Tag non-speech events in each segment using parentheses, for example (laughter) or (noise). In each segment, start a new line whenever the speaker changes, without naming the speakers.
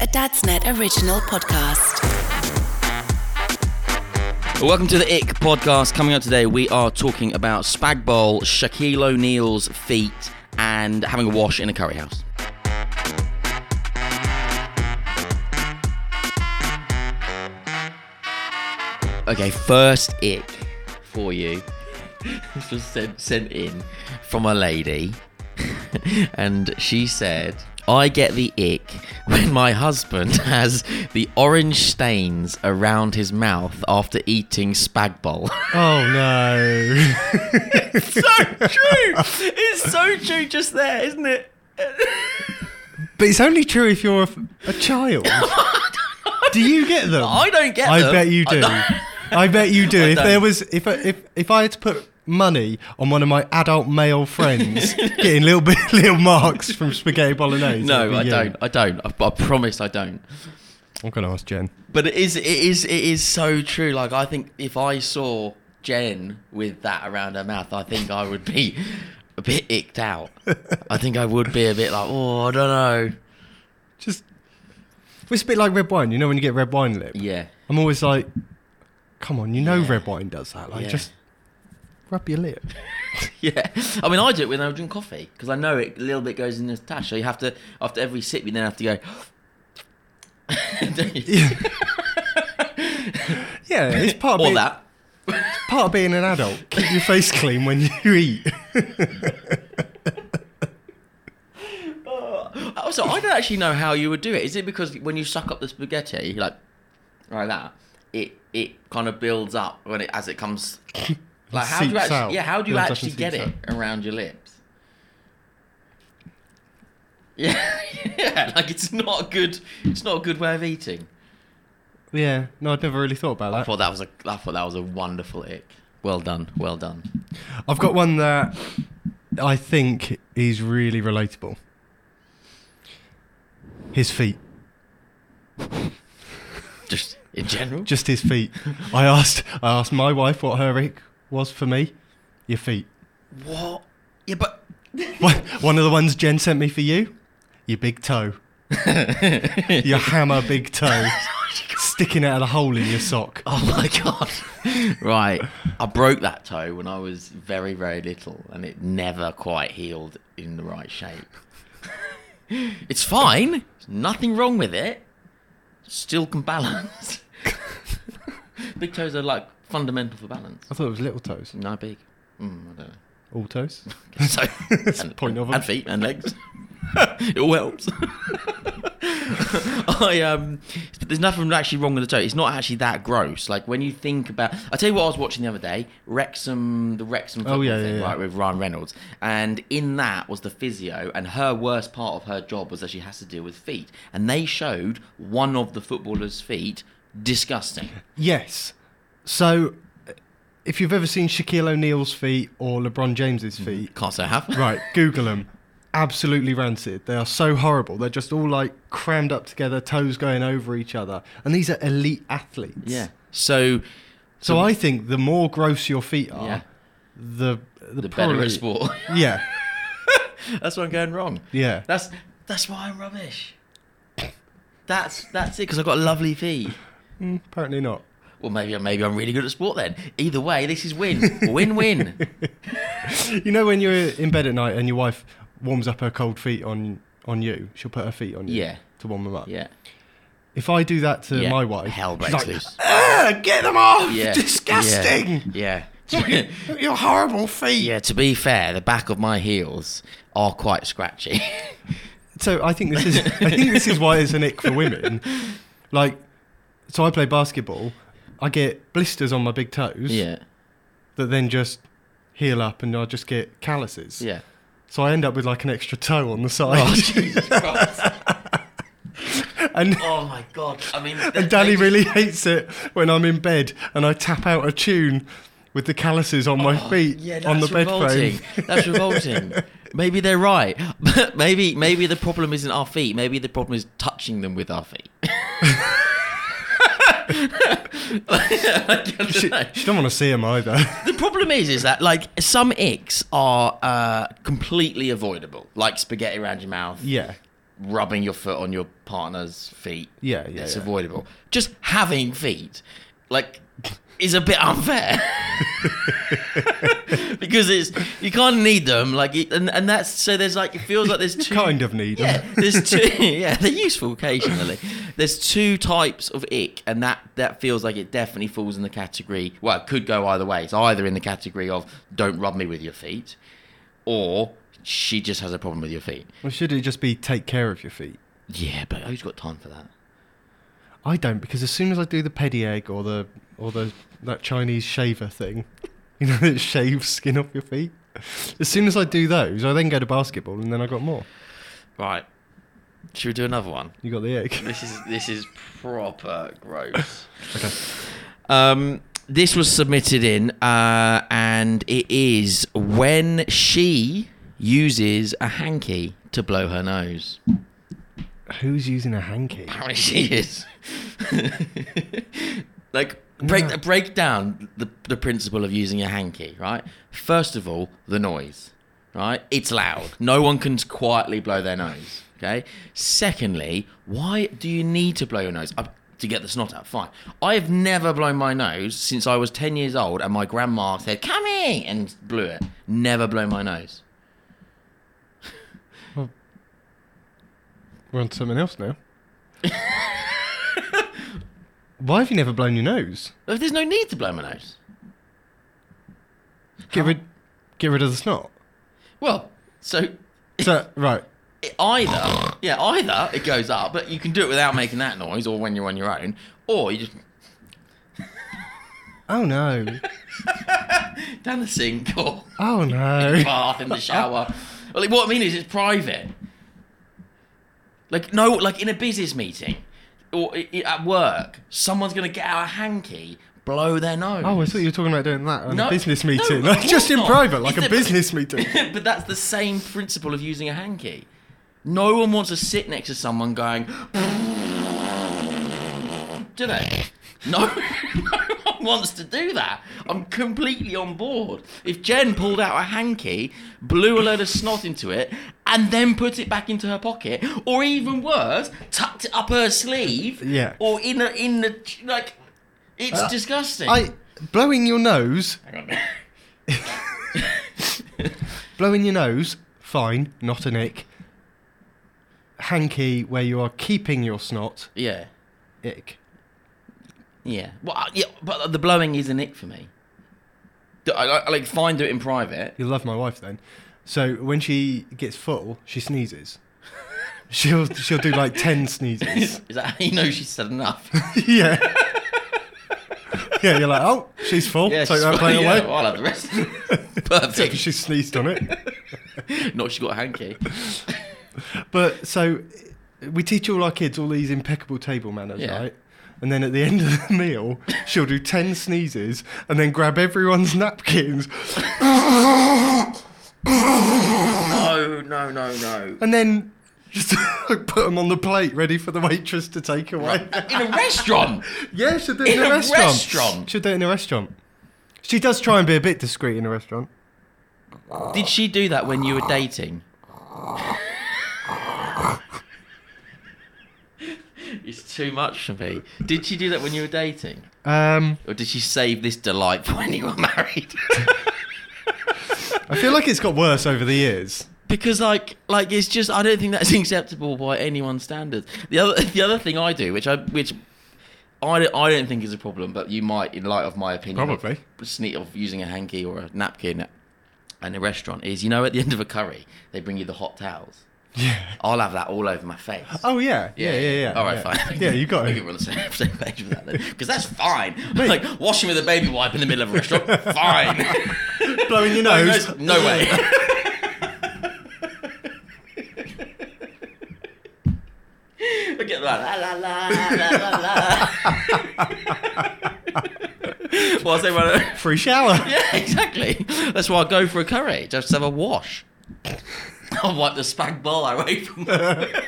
A Dadsnet original podcast.
Welcome to the Ick podcast. Coming up today, we are talking about Spag Bowl, Shaquille O'Neal's feet, and having a wash in a curry house. Okay, first ick for you. this was sent, sent in from a lady, (laughs) and she said, I get the ick when my husband (laughs) has the orange stains around his mouth after eating spag (laughs) bol.
Oh no.
so true! It's so true just there, isn't it?
But it's only true if you're a, a child.
(laughs)
do you get them?
I don't get
I
them.
bet you
I
do.
don't.
I bet you do.
(laughs) I
if there
don't.
was if I- if if I had to put money on one of my adult male friends getting little bit (laughs) little marks from spaghetti bolognese. it'd
No,
be
I
you.
don't. I don't. I, I promise I don't.
I'm gonna ask Jen.
But it is it is it is so true. Like I think if I saw Jen with that around her mouth, I think I would be a bit icked out. I think I would be a bit like, oh, I don't know.
Just it's a bit like red wine, you know when you get red wine lip.
Yeah.
I'm always like Come on, you know red wine does that. Like
Yeah.
just rub your lip.
(laughs) Yeah, I mean, I do it when I drink coffee because I know it a little bit goes in the tash. So you have to after every sip, you then have to go. don't you?
Yeah, it's
(laughs)
part of
Or
being-
that.
part of being an adult. Keep your face clean when you eat.
Also, I don't actually know how you would do it. Is it because when you suck up the spaghetti, like like that, it it kind of builds up when it as it comes. Like how do you
Seeps
actually?
out.
Yeah, how do you
Builds up
actually
and
get
seeps
it around your lips? (laughs) Yeah, yeah. Like it's not a good. It's not a good way of eating.
Yeah, no, I'd never really thought
I
about that.
thought that was a. I thought that was a wonderful ick. Well done. Well done.
I've got one that I think is really relatable. His feet,
Just in general.
just
(laughs)
his feet. I asked, I asked my wife what her ick was for me. Your feet.
what? Yeah, but
One one of the ones Jen sent me for you. Your big
(laughs)
toe. your hammer big toe. Sticking out of the hole in your sock.
(laughs) Oh my god! right, I broke that toe when I was very, very little, and it never quite healed in the right shape. (laughs) it's fine. There's nothing wrong with it. Still can balance. (laughs) big toes are like fundamental for balance.
I thought it was little toes.
No big. Mm, I don't know.
All toes.
Guess
(laughs)
So and,
point of 'em.
and feet and legs. (laughs) it all helps. (laughs) I um, but there's nothing actually wrong with the toe. It's not actually that gross. Like when you think about, I tell you what I was watching the other day, Wrexham, the Wrexham football
Oh, yeah,
thing,
yeah, yeah.
right, with Ryan Reynolds, and in that was the physio, and her worst part of her job was that she has to deal with feet, and they showed one of the footballers' feet disgusting.
Yes. So, if you've ever seen Shaquille O'Neal's feet or LeBron
Mm-hmm.
James's feet,
Can't say I have.
right, Google them. Absolutely rancid. They are so horrible. They're just all like crammed up together, toes going over each other. And these are elite athletes.
Yeah. So
So I think the more gross your feet are,
Yeah.
the the,
the better
probably,
at sport.
Yeah.
That's where I'm going wrong.
Yeah.
That's that's why I'm rubbish. That's that's it because I've got lovely feet.
Apparently not.
Well, maybe maybe I'm really good at sport then. Either way, this is win, win,
(laughs)
win.
You know when you're in bed at night and your wife warms up her cold feet on on you, she'll put her feet on you.
Yeah.
to warm them up.
Yeah.
If I do that to
yeah.
my wife,
Hell
she's
breaks
like,
loose.
"Ugh, get them off!
Yeah.
Disgusting!
Yeah. Yeah. (laughs)
Your horrible feet!
yeah, to be fair, the back of my heels are quite scratchy.
So I think this is I think this is why it's an ick for women. Like, so I play basketball. I get blisters on my big toes
yeah.
that then just heal up, and I just get
(laughs)
calluses. (laughs)
Yeah. Oh.
So I end up with like an extra toe on the side.
(laughs)
and
Oh my god. I mean,
and Danny really hates it when I'm in bed and I tap out a tune with the calluses on my feet
Oh, yeah, that's
on the bed
revolting.
frame.
That's (laughs) revolting. Maybe they're right. But maybe maybe the problem isn't our feet. Maybe the problem is touching them with our feet.
She, (laughs)
(laughs)
she don't want to see him either.
(laughs) The problem is, is that like some icks are uh, completely avoidable, like spaghetti around your mouth,
yeah.
rubbing your foot on your partner's feet.
Yeah, yeah,
it's
yeah.
avoidable. Just having feet, like, is a bit (laughs) unfair because it's you kind of need them, like, it- and and that's so there's like it feels like there's two
Kind of need 'em.
Yeah, (laughs) there's two. yeah, they're useful occasionally. There's two types of ick, and that that feels like it definitely falls in the category. Well, it could go either way. It's either in the category of don't rub me with your feet, or she just has a problem with your feet.
Well, should it just be take care of your feet?
Yeah, but who's got time for that?
I don't because as soon as I do the pedi egg or the or the that Chinese shaver thing, (laughs) you know, that shaves skin off your feet. As soon as I do those, I then go to basketball and then I got more.
Right. Should we do another one?
You got the
(laughs)
egg.
This is this is proper gross. Um, this was submitted in, uh, and it is when she uses a hanky to blow her nose.
Who's using
(laughs)
a hanky?
Apparently, she is. like break break down the the principle of using a hanky. Right. First of all, the noise. Right. It's loud. No one can quietly blow their nose. Okay. Secondly, why do you need to blow your nose? Uh, to get the snot out, fine. I have never blown my nose since I was 10 years old and my grandma said, Come here! and blew it. Never blown my nose.
We're on to something else now. Why have you never blown your nose?
There's no need to blow my nose.
Get rid, get rid of the snot.
Well, so
So right,
it- either yeah either it goes up but you can do it without making that noise or when you're on your own or you just
Oh no.
down the sink or (laughs)
Oh no.
bath in the shower well, like, what i mean is it's private like no like in a business meeting or i- i- at work someone's gonna get out a hanky blow their nose
Oh, I thought you were talking about doing that on
No,
a business
no,
meeting.
of
(laughs) Like,
course
just in
not.
private, like
It's
a
the-
business meeting.
(laughs) but that's the same principle of using a hanky no one wants to sit next to someone going (laughs) do they? No, (laughs) no one wants to do that. I'm completely on board. If Jen pulled out a hanky, blew a load of snot into it, and then put it back into her pocket, or even worse, tucked it up her sleeve,
Yeah. Uh,
or in the in the like, it's disgusting.
I blowing your nose,
Hang on.
(laughs)
(laughs)
blowing your nose, fine, not an ick. Hanky where you are keeping your snot,
yeah,
ick.
yeah. Well, I- yeah, but uh, the blowing is an ick for me. I, I- like fine, do it in private.
You'll love my wife then. So when she gets full,
(laughs)
she sneezes. She'll she'll do like ten sneezes.
Is that how you know she's said
(laughs)
enough?
yeah. Yeah, you're like, oh, she's full.
Yeah,
Take
she's
that
fine,
plate
(laughs)
away.
yeah, I'll have the
(laughs)
rest. Perfect.
She sneezed on it.
Not she got a hanky.
But so we teach all our kids all these impeccable table manners,
Yeah.
right? And then at the end of the (laughs) meal, she'll do 10 sneezes and then grab everyone's (laughs) napkins.
No, no, no, no.
And then just (laughs) like, put them on the plate ready for the waitress to take away.
In a restaurant.
Yeah, she'll do it in,
In
a,
a
restaurant.
restaurant?
She'll do it in a restaurant. She does try and be a bit discreet in a restaurant.
Did she do that when you were dating? (laughs) it's too much for me. Did she do that when you were dating?
Um,
Or did she save this delight for when you were married? (laughs)
I feel like it's got worse over the years.
because, like, Like it's just I don't think that's (laughs) acceptable by anyone's standards. The other (laughs) the other thing I do, which I which I don't, I don't think is a problem, but you might, in light of my opinion,
Probably.
of, sneak of using a hanky or a napkin in a restaurant is you know at the end of a curry they bring you the hot towels.
Yeah.
I'll have that all over my face.
Oh yeah. Yeah. Yeah. Yeah.
All right,
yeah.
fine.
Yeah, you got
(laughs) I
it.
think we're on the same, same page with that then, because that's fine. Like washing with a baby wipe in the middle of a restaurant,
(laughs)
fine.
Blowing your nose.
no way. Look at that. La, la, la, la, la, la, la. Whilst everyone-
Free shower.
yeah, (laughs) exactly. That's why I go for a curry, just to have a wash. (laughs) I'll wipe the spag bowl away from the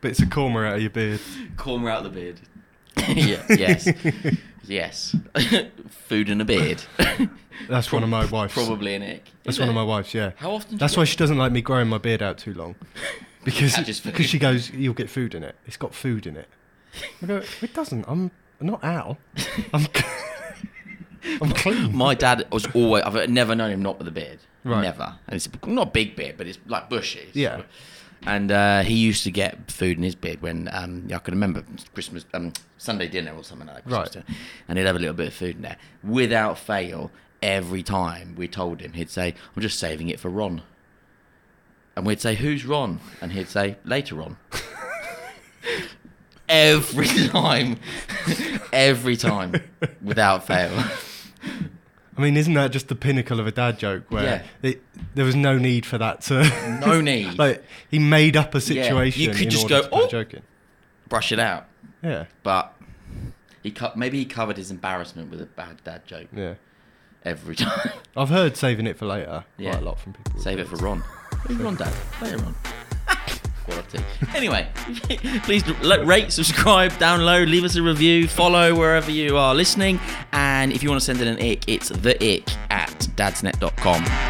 Bits of cormor out of your beard.
(laughs) corner out the beard. (laughs) yeah, yes. Yes. (laughs) Food and a beard. (laughs)
That's one of my wife's.
Probably an ick.
That's
Is
one of
it?
my wife's. Yeah.
How often do
That's
you-
why she doesn't like me growing my beard out
(laughs)
too long, because
Catches food.
because she goes, you'll get food in it. It's got food in it. I go, it doesn't. I'm not
(laughs)
Al. I'm (laughs) I'm clean.
My dad was always. I've never known him not with a beard.
Right.
Never. And it's not a big beard, but it's like bushy.
Yeah.
And uh, he used to get food in his beard when um, I can remember Christmas, um, Sunday dinner or something like that. Christmas
Right.
dinner. And he'd have a little bit of food in there. Without fail, every time we told him, he'd say, I'm just saving it for Ron. And we'd say, Who's Ron? And he'd say, Later on. (laughs) every (laughs) time. every time. Without fail.
I mean, isn't that just the pinnacle of a dad joke? Where
Yeah.
it, there was no need for that to. (laughs)
No need.
like he made up a situation.
you could
in
just
order
go,
to put a
"Oh."
joke in.
brush it out.
Yeah.
But he co- maybe he covered his embarrassment with a bad dad joke
Yeah.
every time.
I've heard saving it for later
Yeah.
quite a lot from people.
Save it for Ron.
(laughs)
Who's Ron, (laughs) Dad? Later on. Quality. Anyway, (laughs) please l- rate, subscribe, download, leave us a review, follow wherever you are listening. And if you want to send in an ick, it's the ick at dadsnet.com.